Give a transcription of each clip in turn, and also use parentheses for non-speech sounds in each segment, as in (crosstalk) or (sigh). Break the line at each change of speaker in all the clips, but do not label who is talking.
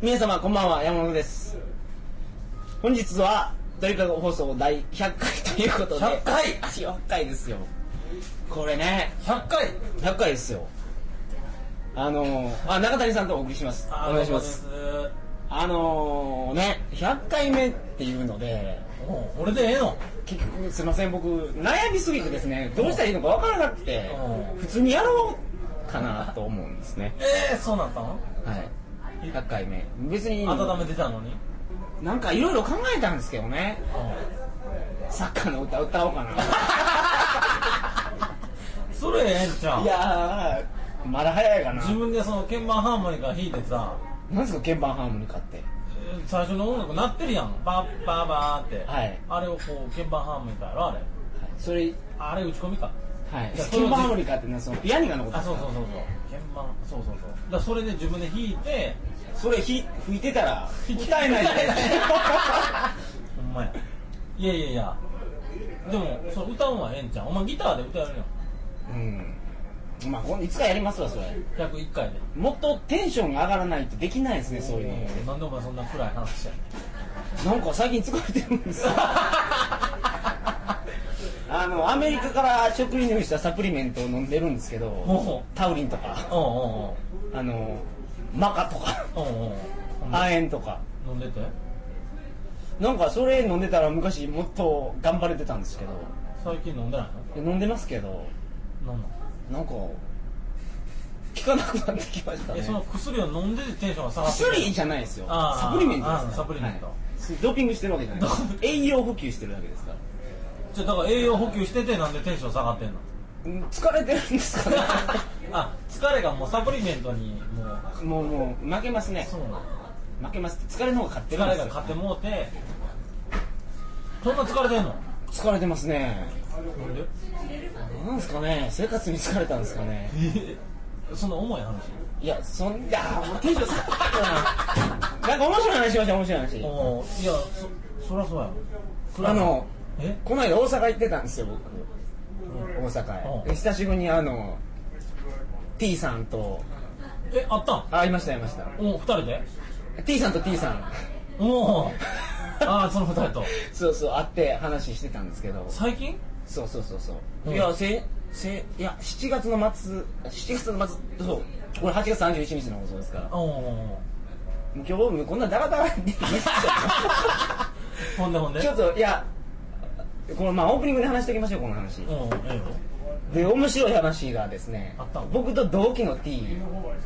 皆様こんばんは山本です本日は「トリカゴ放送第100回」ということで
100回
あ100回ですよこれね
100回
100回ですよあのー、あ中谷さんとお送りしますお願いしますあのー、ね100回目っていうので
もう俺でええの
結局すいません僕悩みすぎてですねどうしたらいいのか分からなくて
うん
普通にやろうかなと思うんですね
ええそうなったの
はい100回目別に
温めてたのに
なんかいろいろ考えたんですけどねサッカーの歌歌おうか (laughs)
それええんちゃ
な
う
いやーまだ早いかな
自分でその鍵盤ハーモニカ弾いてさ
なんですか鍵盤ハーモニカって
え最初の音楽鳴ってるやんバッバーバーって、
はい
あれをこう鍵盤ハーモニカやろあれ
それ
あれ打ち込みか
はい
いや
鍵盤ハーモニカってなそのピアニカのこと
あ
です
そう
か
そうそうそう鍵盤そうそうそうだからそれで自分で弾いて
それひ吹いてたら歌えないじゃない (laughs) ですか
(laughs) ほんまやいやいやいやでもそれ歌うんはええんちゃうお前ギターで歌える
うんまあほんいつかやりますわそれ
やん101回で
もっとテンションが上がらないとできないですねそういうのっ
んなんでお前そんな暗い話やねん
てなんか最近疲れてるん (laughs) ですよあのアメリカから食輸入したサプリメントを飲んでるんですけど
も
タウリンとか
うお
あのマカとか
うんうんうんうんうん
亜鉛とか
飲んでて
なんかそれ飲んでたら昔もっと頑張れてたんですけど
最近飲んでない
飲んでますけど
の飲ん
なんか効かなくなってきました
だえその
ね
薬を飲んでてテンションが下がって
薬じゃないですよ
あー
サプリメントです
あーサプリメント
はいドーピングしてるわけじゃないです
ドー
栄養補給してるだけですから
じゃあだから栄養補給しててなんでテンション下がって (laughs) んの
うん疲れてるんです
(laughs)
かね
あ疲れがもうサプリメントにもう
もうもう負けますね
そうなの
負けますって疲れの方が勝ってるん
疲
で
れ
すよ
が勝ってもうてそんな疲れてんの
疲れてますね
なんで
なんですかね生活に疲れたんですかね
そんな重い話
いやそんなもうテンション下がったななんか面白い話しましょう面白い話
おーいやそそりゃそうやろ
あの
え
この間大阪行ってたんですよ僕大阪へ
うん
で久しぶりにあの T さんと
えあったん
あいましたいました
おお二人で
T さんと T
(laughs)
さん
おおああその二人と
そうそう会って話してたんですけど
最近
そうそうそうそう、
うん
いやせせいや7月の末7月の末そうこれ8月31日の放送ですから
おお
もう今日もうこんなダラダラって言ってたよ
(laughs) ほんでほんで
ちょっといやこのまあオープニングで話しておきましょうこの話
おおええよ
で面白い話がですね
あったの
僕と同期の T,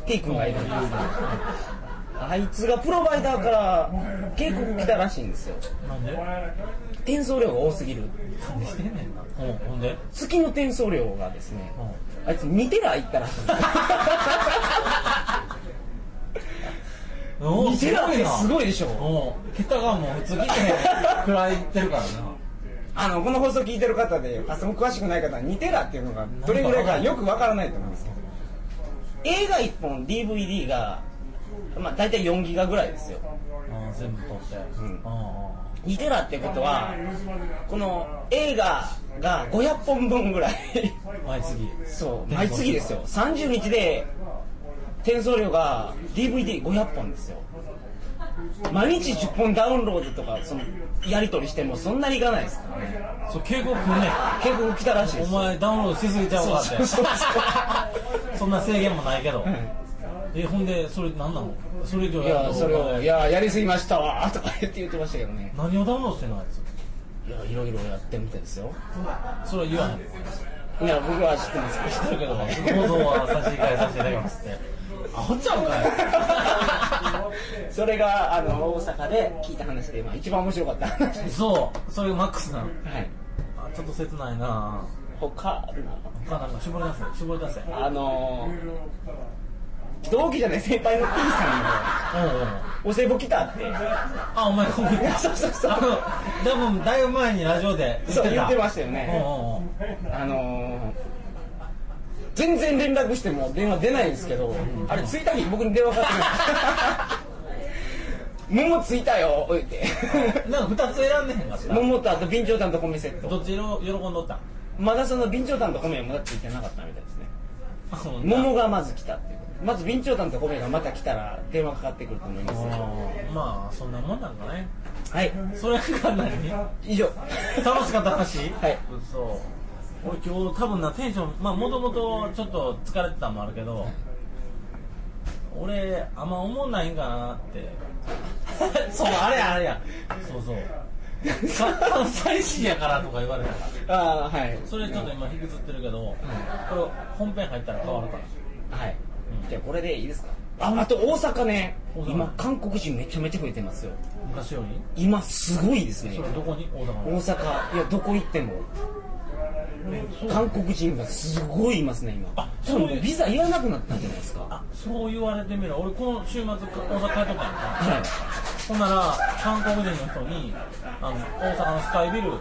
T 君がいるんですけどあいつがプロバイダーから警告来たらしいんですよ
なんで
転送量が多すぎる
なんでしてんねんなおおほんで
月の転送量がですね
おう
あいつ2テラ行ったらしいんですよ
(laughs) お
2テラってすごいでし
お
ょ
お桁がもう次でくらいってるからな
あのこの放送聞いてる方でパソコン詳しくない方は2テラっていうのがどれぐらいかよくわからないと思うんですけど映画1本 DVD が、まあ、大体4ギガぐらいですよ
あー全部取って
ん
ああ
2テラってことはこの映画が500本分ぐらい
毎月
そう毎月ですよ30日で転送量が DVD500 本ですよ毎日10本ダウンロードとかそのやり取りしてもそんなにいかないですからね
そう警告来ん
(laughs)
ね
結構来たらしいで
お
す
前ダウンロードしすぎちゃうわって
そうそうそう
そんな制限もないけど、
ん
えほんでそれなんなのそれ以上
い
やる
や
と
それ
お
を「
前
いややりすぎましたわ」とか言って言ってましたけどね
何をダウンロードしてんのあい
いやいろいろやってみたいですよ
つそれは言わへん
いや僕は知ってます
知ってるけど構造は差し控えさせていただきますってアホちゃうんか
(laughs) それがあの大阪で聞いた話で、まあ、一番面白かった話で
い
す
そうそれがマックスなの
はい
あちょっと切ないな
他あるな
他なんか絞り出せ絞り出せうん
あのー、同期じゃない先輩の P さ
うん
んのお歳暮来たって
あお前コンビニ
そうそうそう
あの多分だいぶ前にラジオで言ってた
そう言ってましたよね
うんうんうん
あのー、全然連絡しても電話出ないんですけど、あれ着いた日僕に電話かかっ
(laughs)
てくる桃着いたよ」言って
なんか二つ選んでへんかっ
「
た
桃とあと備長炭と米セッ
ど
ト
っちの喜んどったん」
まだその備長炭と米はまだついてなかったみたいですね
あの
桃がまず来たっていうことまず備長炭と米がまた来たら電話かかってくると思います
まあそんなもんなんかね
はい
それが何
以上
楽しかった話
はい
そう俺今日多分なテンションまあもともとちょっと疲れてたのもあるけど俺あんま思んないんかなって (laughs) そうあれやあれやそうそうか関西人やからとか言われたから
ああはい
それちょっと今引きずってるけど、これ本編入ったら変わるから
はい
うん
じゃあこれでいいですかああと大阪ね
大阪
今韓国人めちゃめちゃ増えてますよ
昔より
今すごいですね
それどこに大
大
阪
阪いやどこ行っても韓国人がすごいいますね今
あ
多分もうビザいらなくなったんじゃないですか
あそう言われてみれば俺この週末大阪帰っとったんやんか
はい
ほんなら韓国人の人にあの大阪のスカイビルど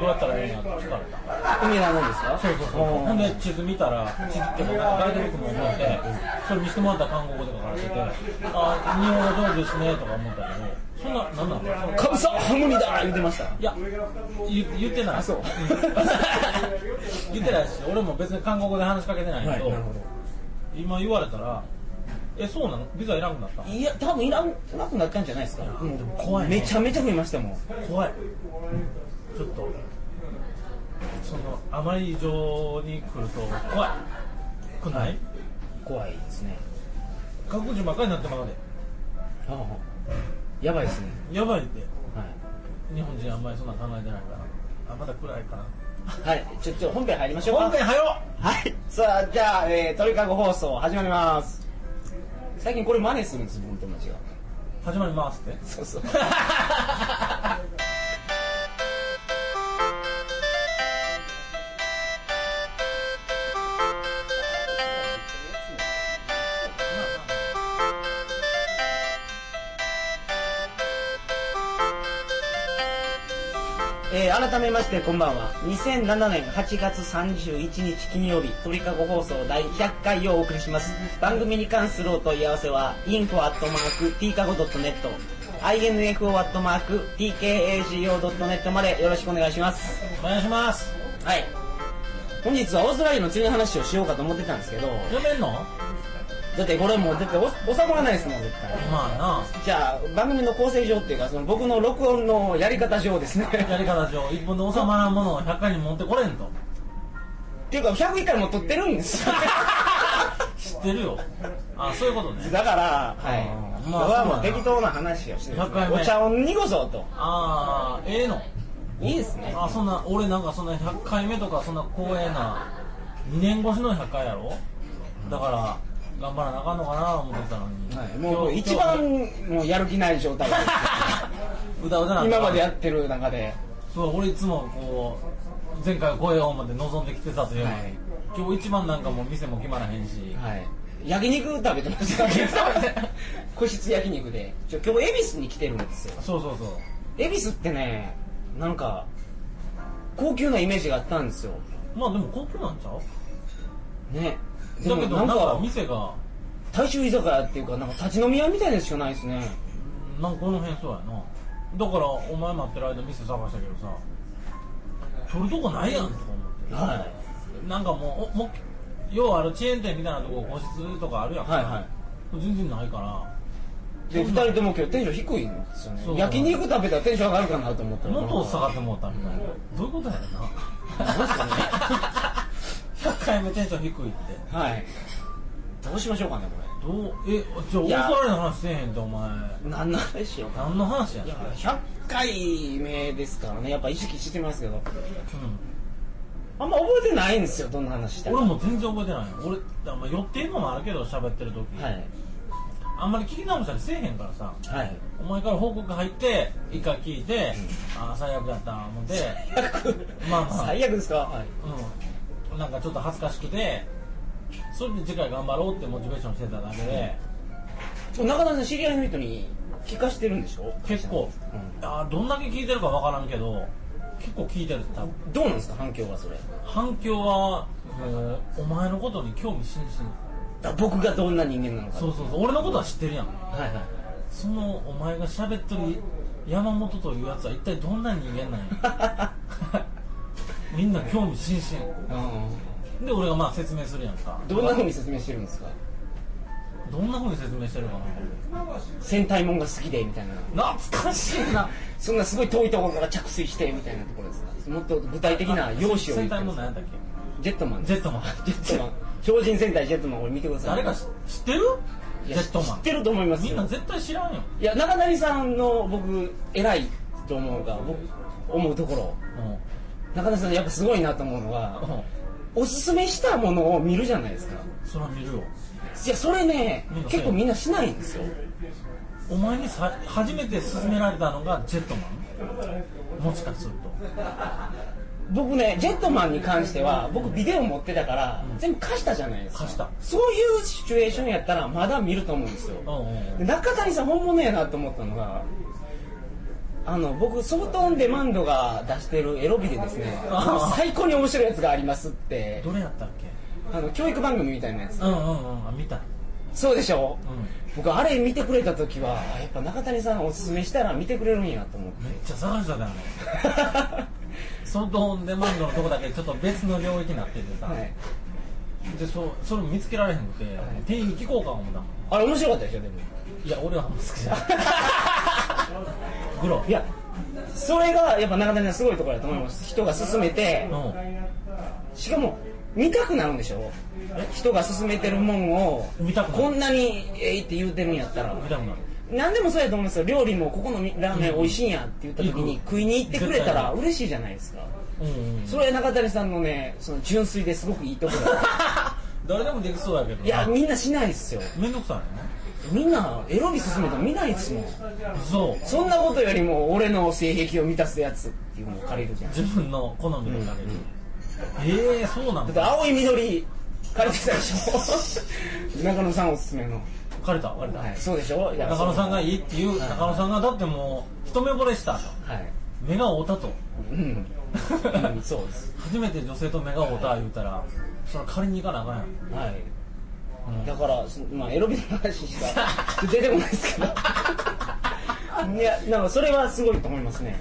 うやったらいいのって聞かれた
海なもんですか
そうそうそうほんで地図見たら地図っていうかガイドブックも思ってそれ見せてもらったら韓国語で書かれててあ日本語上手ですねとか思ったけどそんななんなの
かぶさハムニだ言ってました
いや、言言ってない。
あそう
言ってないし、俺も別に韓国語で話しかけてないけど、今言われたら、え、そうなのビザいらんくなった
いや多分いらなくなったんじゃないですか
でも怖いね
めちゃめちゃ増えましたもん
怖い。ちょっと、その、あまり異常に来ると怖い。来ない、
怖いですね
韓国人ばっかりになってまうで。
ああやばいですね
やばいって、
は
日本人あんまりそんな考えてないから。あ、まだ暗いかな。
い、はい、ちょっと本編入りましょうか
本編はよ
はいさあじゃあ、えー、鳥かご放送始まります最近これ真似するんです僕の友達が
始まりますって。
そう (laughs) そうえー改めましてこんばんは2007年8月31日金曜日鳥かご放送第100回をお送りします番組に関するお問い合わせは info.tkago.net info.tkago.net までよろしくお願いします
お願いします。
はい本日はオーストラリアの釣りの話をしようかと思ってたんですけど
やめんの
だってこれもう絶対お収まらないですもん絶対
まあな。
じゃあ番組の構成上っていうかその僕の録音のやり方上です (laughs) ね
やり方上、一本で収まらんものを100回に持ってこれんと。
っていうか101回も撮ってるんですよ
知ってるよ。あ、そういうことね。
だから、はい
あ、ー
僕
まあ
は
そ
も
う
う
だな
適当な話をしてるんです
100回目
お茶を濁そうと
あー、ええの。
いいですね
あ、そんな、俺なんかそんな100回目とか、そんな光栄な、2年越しの100回やろだから、頑張らなあかんのかなと思ってたのに。
はい、もう
今日
一番もうやる気ない状態ですよ
うだうだなんだ
(laughs) 今までやってる中で
そう、俺いつもこう、前回声をまで望んできてたというのに、
はい
今日一番なんかもう店も決まらへんし。
はい焼肉食べてました
焼肉食べて
(laughs) 個室焼肉でちょ今日恵比寿に来てるんですよ
そうそうそう。
恵比寿ってねなんか高級なイメージがあったんですよ
まあでも高級なんちゃう
ねで
だ
も
けどなんか店が
大衆居酒屋っていうかなんか立ち飲み屋みたいなのしかないですね
なんかこの辺そうやなだからお前待ってる間店探したけどさ取るとこないやんとか思っ
は
てなんかもうおもう要はあるチェーン店みたいなとこ個室とかあるやん、
いはいは
全然ないから
いで
そ
2
んな
人とも今日テンション低いんですよね
そう
焼肉食べたらテンション上がるかなと思ったら
もっと下がってもうたみたいなどういうことやろな
なんすかね
100回目テンション低いって
はいどうしましょうかね
どうえじゃあオ
い
ー
や
ストラリアの話せえへんってお前
これ何の話しようか
何の話や
い
ねん
や100回目ですからねやっぱ意識してますけどあんま覚えてないんですよどんな話した
うん、
か
俺も全然覚えてない俺、だまあ、寄ってんのもあるけど喋ってる時、
はい
あんまり聞き直したりせえへんからさ
はい
お前から報告入って一回聞いて、ああ最悪だった思って、まあまあ
最悪ですかはい
うん、なんかちょっと恥ずかしくてそれで次回頑張ろうってモチベーションしてただけで
中田さん知り合いの人に聞かしてるんでしょ
結構、
う
ああどんだけ聞いてるかわからんけど結構聞いてる多分
んどうなんですか反響はそれ
反響はもうお前のことに興味津々
あ僕がどんな人間なのか
そうそうそう俺のことは知ってるやん
はいはい
そのお前が喋っとる山本というやつは一体どんな人間なんや
(laughs)
みんな興味津々で俺がまあ説明するやんか
どんなふうに説明してるんですか
どんな風に説明してるか
戦隊もんが好きでみたいな
な懐かしいな
そんなすごい遠いところから着水してみたいなところですかもっと具体的な容姿を言
戦
って
隊
ま
も
す
何やったっけ
ジェットマン
ジェ
ジ
ットマン
ェットマン超人戦隊ジェットマンこれ見てください
誰か知知ってる
い
ジェ
や
ットマ
知
ン
ってると思います
みんな
よ
絶対知らんよ、
いや中谷さんの僕偉いと思うが僕思うところ
う
中谷さんやっぱすごいなと思うのが
んうん、
おすすめしたものを見るじゃないですか
そら見るよ
いやそれね
見ません
結構みんなしないんですよ
お前にさ初めて勧められたのがジェットマンもしかする
僕ねジェットマンに関しては僕ビデオ持ってたから全部貸したじゃないですか
貸した
そういうシチュエーションやったらまだ見ると思うんですよ
とうんうんうん
で中谷さん本物やなと思ったのがあの僕ソフトオンデマンドが出してるエロビでですね
あー
最高に面白いやつがありますって
どれやったっけ
あの教育番組みたいなやつ
うんうんうんあ見た
そうでしょ
うん
僕あれ見てくれた時はやっぱ中谷さんおすすめしたら見てくれるんやと思っ
(laughs) めっちゃ探したであのソフトオンデマンドのとこだけちょっと別の領域になってて
て、
さ、
はい、
でそそれも見つけられへんくて、店員に聞こうか思ったもん
あれ面白かったでしょでも
いや俺はあんま好きじ
(laughs)
ゃないグロ
いやそれがやっぱ中谷さんすごいところだと思います人が勧めて
う
しかも見たくなるんでしょ人が勧めてるもんを
見たくなる
こんなにえいって言うてるんやったら
ん見たくなる
何でもそうやと思いますよ料理もここのみラーメン美味しいんやって言った時に
うん
食いに行ってくれたら
絶対
嬉しいじゃないですか
うんうん
それは中谷さんのねその純粋ですごくいいところ
誰でもできそうだけど (laughs)
いやみんなしないですよ
めんどくさ
みんなエロに進めたら見ないですもん
いねそう
そんなことよりも俺の性癖を満たすやつっていうのを借りるじゃんだ
自分の好みでかける、ええー、そうなん
って
だ
青い緑借りてたでしょ中野さんおすすめの
借りた借りた、
はいそうでしょ中
中野さんがいいっていう、
はい
中野さんがだってもう一目惚れしたと
はい
目が合うたと (laughs)
うん、うん、そうです
初めて女性と目が合うた言うたらそれ借りに行かなあかんやん
はい、
うん
だから、そまあ、エロビの話しか出てこないですけ
(laughs)
どいやなんかそれはすごいと思いますね、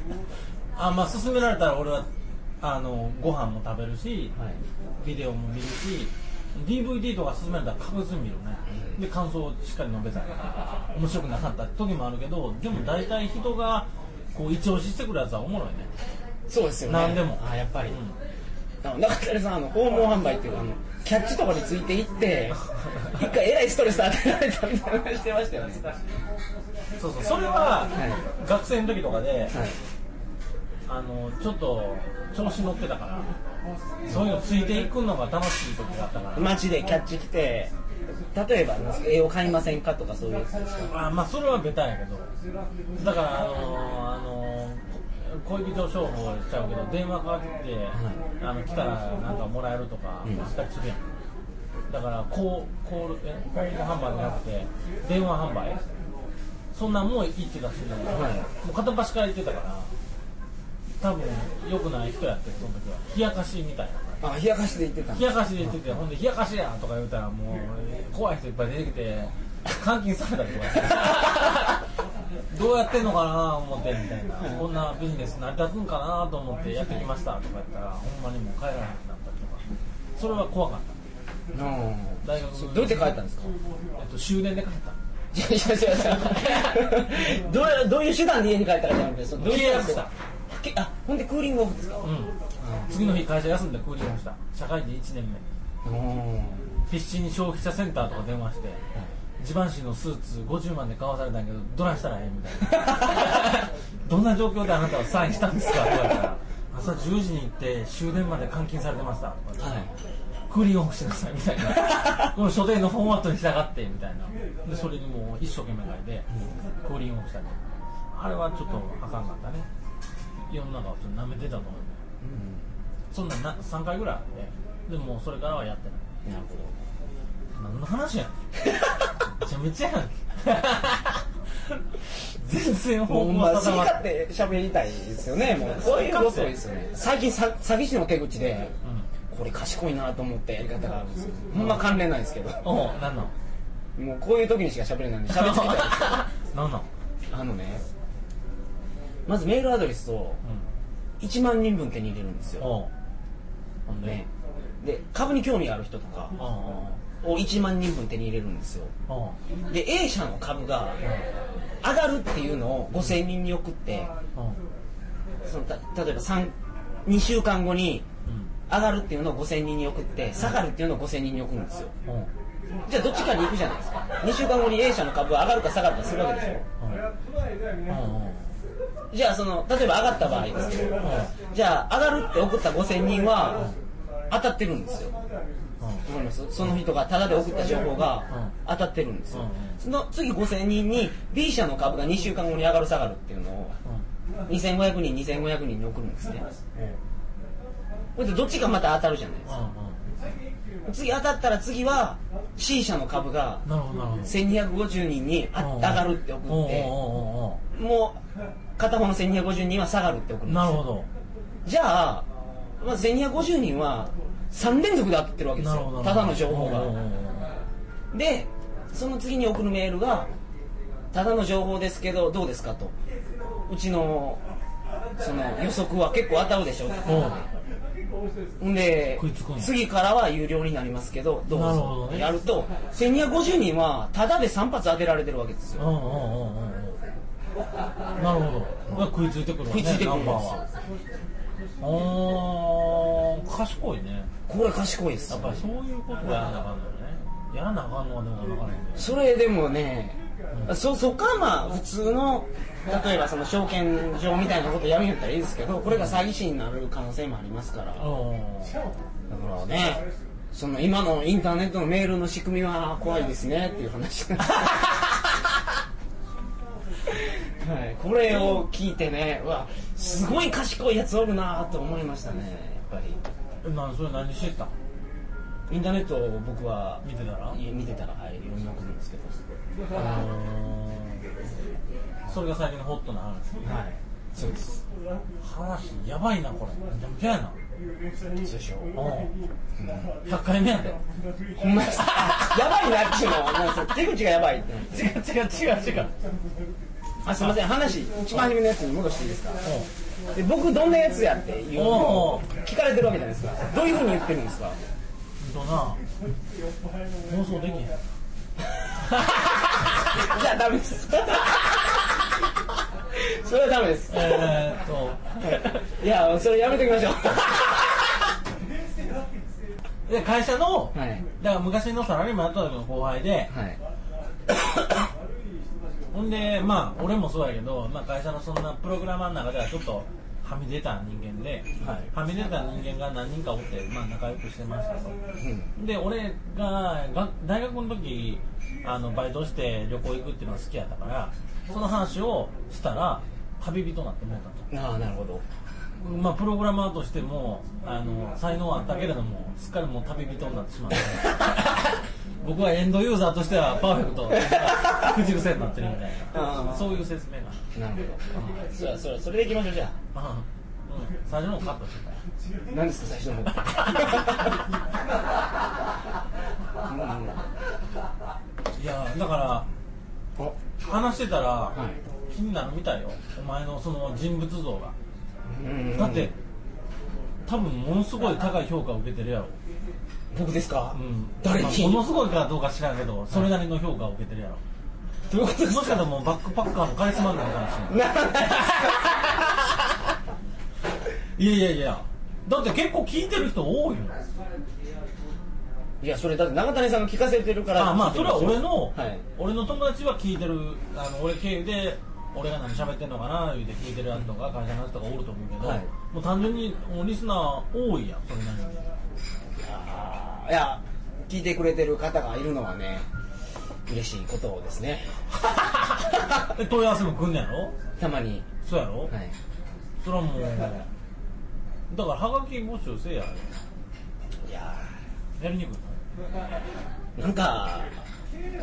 あまあ勧められたら俺はあのご飯も食べるし、
はい、
ビデオも見るし DVD とか勧められたら確実に見るね、で感想をしっかり述べたり面白くなかった時もあるけどでも大体人がこう一押ししてくるやつはおもろいね
そうですよね
何でも
あやっぱり、
うん
あの中谷さんあの訪問販売っていうかあのキャッチとかについていって一回えらいストレス与えられたみたいな話してましたよね
そうそうそれは、
は
学生の時とかで、
はい
あのちょっと調子乗ってたからそういうのついていくのが楽しい時があったから
街でキャッチ来て例えばなんですけど絵を買いませんかとかそういうやつですか
あまあそれはベタやけどだからあのーあのーこ恋人商法しちゃうけど電話かかってきて、あの来たらなんかもらえるとか
うん
あったりするやん、だからコーコールえコール販売じゃなくて電話販売そんなんもう行ってたし、
はい
もう片っ端から行ってたから多分良くない人やってその時は冷やかしみたいな
あ冷やかしで言ってた
冷やかしで言ってて、ほんで、冷やかしやんとか言うたら、もう、怖い人いっぱい出てきて、監禁されたりとかして (laughs) どうやってんのかな思って、みたいな、こんなビジネス成り立つんかなと思って、やってきましたとか言ったら、ほんまにもう帰らなくなったりとか、それは怖かっ
う
た。
ん
大学
そうどうやって帰ったんですか
えっと、終電で帰った。
いやいやいやどうやどういう手段で家に帰ったかじゃなくてそのどういう
契約した
けあほんでクーリングオフですか
うん。次の日、会社休んでクーリングした。社会人1年目。
うん
必死に消費者センターとか電話して、ジバンシーのスーツ50万で買わされたんやけどどないしたらええみたいなどんな状況であなたはサインしたんですかって言われたら朝10時に行って終電まで監禁されてましたとか言って、
はい
クーリングオフしなさいみたいなこの書店のフォーマットに従ってみたいなでそれにもう一生懸命書いて、クーリングオフしたりあれはちょっとあかんかったね世の中をちょっと舐めてたと思うそんなんな3回ぐらいあってでももうそれからはやってない
うんなるほ
何の話やんめちゃめちゃやん全然
ども
方
うほ
向
んま好き
定まら
勝
ん、
手喋りたいですよねもうこういうことですよね最近さ詐欺師の手口でこれ賢いなと思ったやり方があるんですよほんま関連ないですけど
うん、おう何なん
もうこういう時にしか喋れないんで喋ってきたいですけど
何なん、
あのねまずメールアドレスを1万人分手に入れるんです
うん、
よ
おうほんで、
ね、で株に興味がある人とか
おうおう
を1万人分手に入れるんですよ
う
で A 社の株が上がるっていうのを5000人に送って
んうん
そのた例えば3 2週間後に上がるっていうのを5000人に送って下がるっていうのを5000人に送るんですよ
うんうん
じゃあどっちかに行くじゃないですか2週間後に A 社の株は上がるか下がるかするわけでしょ
うん
じゃあその例えば上がった場合ですけどじゃあ上がるって送った5000人は当たってるんですよ
う
わかりますその人がタダで送った情報が当たってるんですよ、
うんうん
その次5000人に B 社の株が2週間後に上がる下がるっていうのを
ん
2500人2500人に送るんですね
うんうん
これでどっちがまた当たるじゃないです
う
か
ん
次当たったら次は C 社の株が
うんなるほどなるほど
1250人にあ上がるって送
うんうん
って
うんうん
もう片方の1250人は下がるって送るんです
なるほ
よ
ど
じゃあ、まあ、1250人は3連続で当たってるわけです
なるほ
よ
ど
ただの情報が、
うんうんうん
でその次に送るメールが「ただの情報ですけどどうですか?」と「うちのその予測は結構当たるでしょ」
うん
んで
食いつくんや
次からは有料になりますけどどう
なる
ぞ
ほどね
やると1250人はただで3発当てられてるわけですよ
うんうんうんうんうんなるほどが食いついてくるわね
食いついてくる
ナ
ん
ン
で
バ
すよ
ーはあー賢いね
これ賢いです
や
よ
っぱりそういうことはやらなあかんのよねやらなあかんのはでもなかなかね
それでもねそそっからまあ普通の例えばその証券上みたいなことやるんやったらいいですけどこれが詐欺師になる可能性もありますからだからね、その今のインターネットのメールの仕組みは怖いですねっていう話なんですけどはい、これを聞いてね、うわ、すごい賢いやつおるなと思いましたね、やっぱ
うんなんそれ何してた
り。インターネットを僕は
見てたら
い見てたら、はい、読みまくるんですけど、
うんそれが最近のホットな話
はい、そうです。
話やばいなこれめちゃめちゃやな
そうでしょう。
うん100回目やで
ほんまです。やばいなっていうのは、なんか手口がやばいって。
違う違う違う違う
あ、すいません、話、一番初めのやつに戻していいですか。で僕どんなやつやっていうのを聞かれてるわけじゃないですかどういうふうに言ってるんですか
うんほんとな妄想できへん
じゃあダメです (laughs) それはダメです、
えーっと
い
(laughs)
やそれやめておきましょう
で会社の、
はい
だから昔のサラリーマンやった時の後輩で、
はい
ほんでまあ俺もそうやけど、まあ、会社のそんなプログラマーの中ではちょっとはみ出た人間で、
はい
はみ出た人間が何人かおって、まあ、仲良くしてました
う
と
ん
で俺がが大学の時あのバイトして旅行行くっていうのが好きやったからその話をしたら旅人になってもうたと
ああなるほど
まあ、プログラマーとしてもあの才能はあったけれどもすっかりもう旅人になってしまって (laughs) 僕はエンドユーザーとしてはパーフェクト口癖になってるみたい
あ
な
ー
そういう説明が
なるほどそれそれそれでいきましょうじゃ
あーうん最初の方カットしてたよ
あ何ですか最初の (laughs) 方うん
いやーだから
お
話してたら、
い
気になるみたいよお前のその人物像が
うん
だって多分ものすごい高い評価を受けてるやろ、
僕ですか、
うん、
誰
まあ
に
ものすごいかどうか知らんけどそれなりの評価を受けてるやろ
どういうことで
もし
す
かしたらもうバックパッカーのカリスマになるかもしれ
ならないです
ないいやいやいやだって結構聞いてる人多いもん
(laughs) いやそれだって中谷さんが聞かせてるから
あまあそれは俺の、
はい
俺の友達は聞いてるあの俺経由で俺が何喋ってんのかな言うて聞いてるやつとか会社のやつとかおると思うけど、
はい
もう単純にもうリスナー多いやんそれなりに
いや聞いてくれてる方がいるのはね嬉しいことですね
で問い合わせも来んねやろ
たまに
そうやろ、
はい
それ
(laughs)
はもうだからハガキ募集せえや
いや
やりにくいの
ーなんか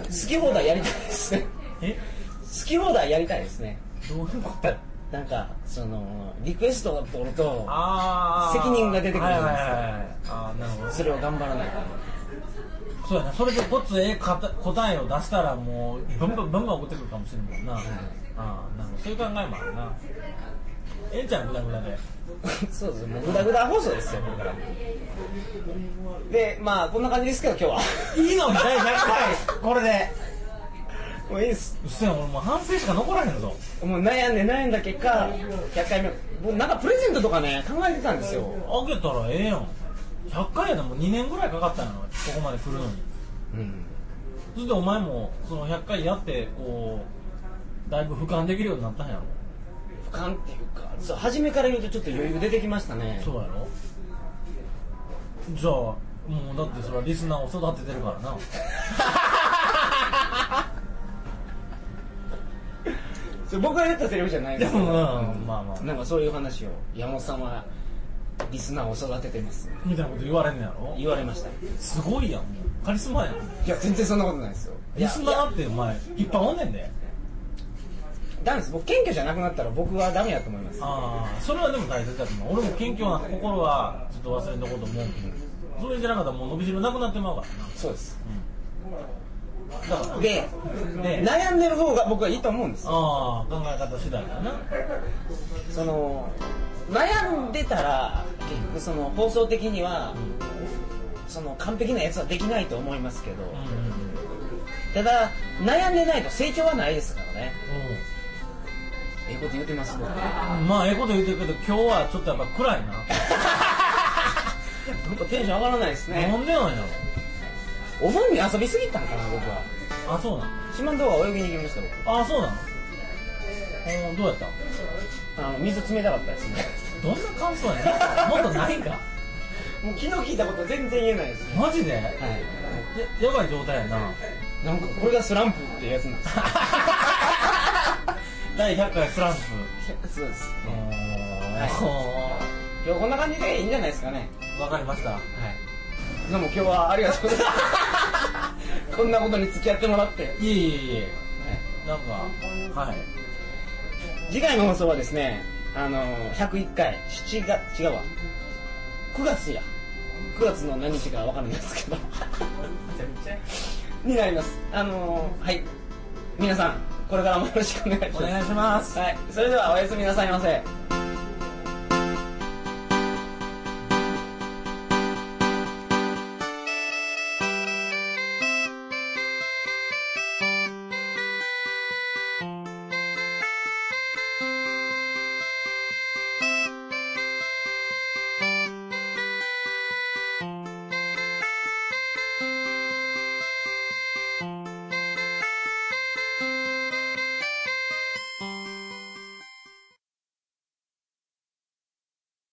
好き放題やりたいですね
え
好き放題やりたいですね
どういうこと
なんかそのリクエストが取ると
あー
責任が出てくるじゃないですか
はいはいはいはいあーなるほど
それを頑張らないと
そうやなそれでごっつええかた答えを出したらもうバンバンバンバン送ってくるかもしれんもんな、ああなるほどそういう考えもあるなえんちゃんグダグダで
(laughs) そうですもうグダグダ放送ですよ僕らでまあこんな感じですけど今日はい
いの第100回
これで (laughs) もういいです
うっせえ俺もう反省しか残らへんぞ
もう悩んで悩んだ結果100回目僕なんかプレゼントとかね考えてたんですよ
開けたらええやん100回やなもう2年ぐらいかかったんやろここまで来るのに
うん
それでお前もその100回やってこうだいぶ俯瞰できるようになったんやろ
俯瞰っていうかそう初めから言うとちょっと余裕出てきましたね
そうやろじゃあもうだってそれはリスナーを育ててるからな
それ僕が言ったセリフじゃないですけ
で
ど
もうんまあまあ
なんかそういう話を山本さんはリスナーを育ててます
みたいなこと言われんのやろ
言われました
すごいやんもうカリスマやん
いや全然そんなことないですよ
リスナーってお前いっぱいおんねんで
ダメです僕謙虚じゃなくなったら僕はダメだと思います
ああそれはでも大切だと思う俺も謙虚な心はちょっと忘れんとこうと思うけどそれじゃなかったらもう伸びしろなくなってまうか
そうです
らなだから
で
ね
悩んでる方が僕はいいと思うんです
ああ考え方次第だな
その悩んでたら結局その放送的にはその完璧なやつはできないと思いますけど
うんうんうん
ただ悩んでないと成長はないですからねええこと言うてます (laughs) 僕
うんまあええこと言うてるけど今日はちょっとやっぱ暗いな
なんかテンション上がらないです
な
ね
んでなんやろ
お盆に遊びすぎたんかな僕は
あそうなの
島の動画泳ぎに行きました僕
あそうなのうんどうやった
あの水冷たかったですね
どんな感想やねんもっとないん
(laughs)
か
もう昨日聞いたこと全然言えないですね
マジでや
はい
やばい状態やな
なんかこれがスランプっていうやつなんです (laughs)
(laughs) 第100回スランプ
そうです
おー
今日こんな感じでいいんじゃないですかね
わかりました
はいどうも今日はありがとうご (laughs) ざいますこんなことに付き合ってもらって、はい
いえいえいえなんかはい
い、次回の放送はですねあの101回7月違うわ9月や9月の何日かわからないですけどになりますあのはい皆さんこれからもよろしくお願いします
お願いします
はい、それではおやすみなさいませ。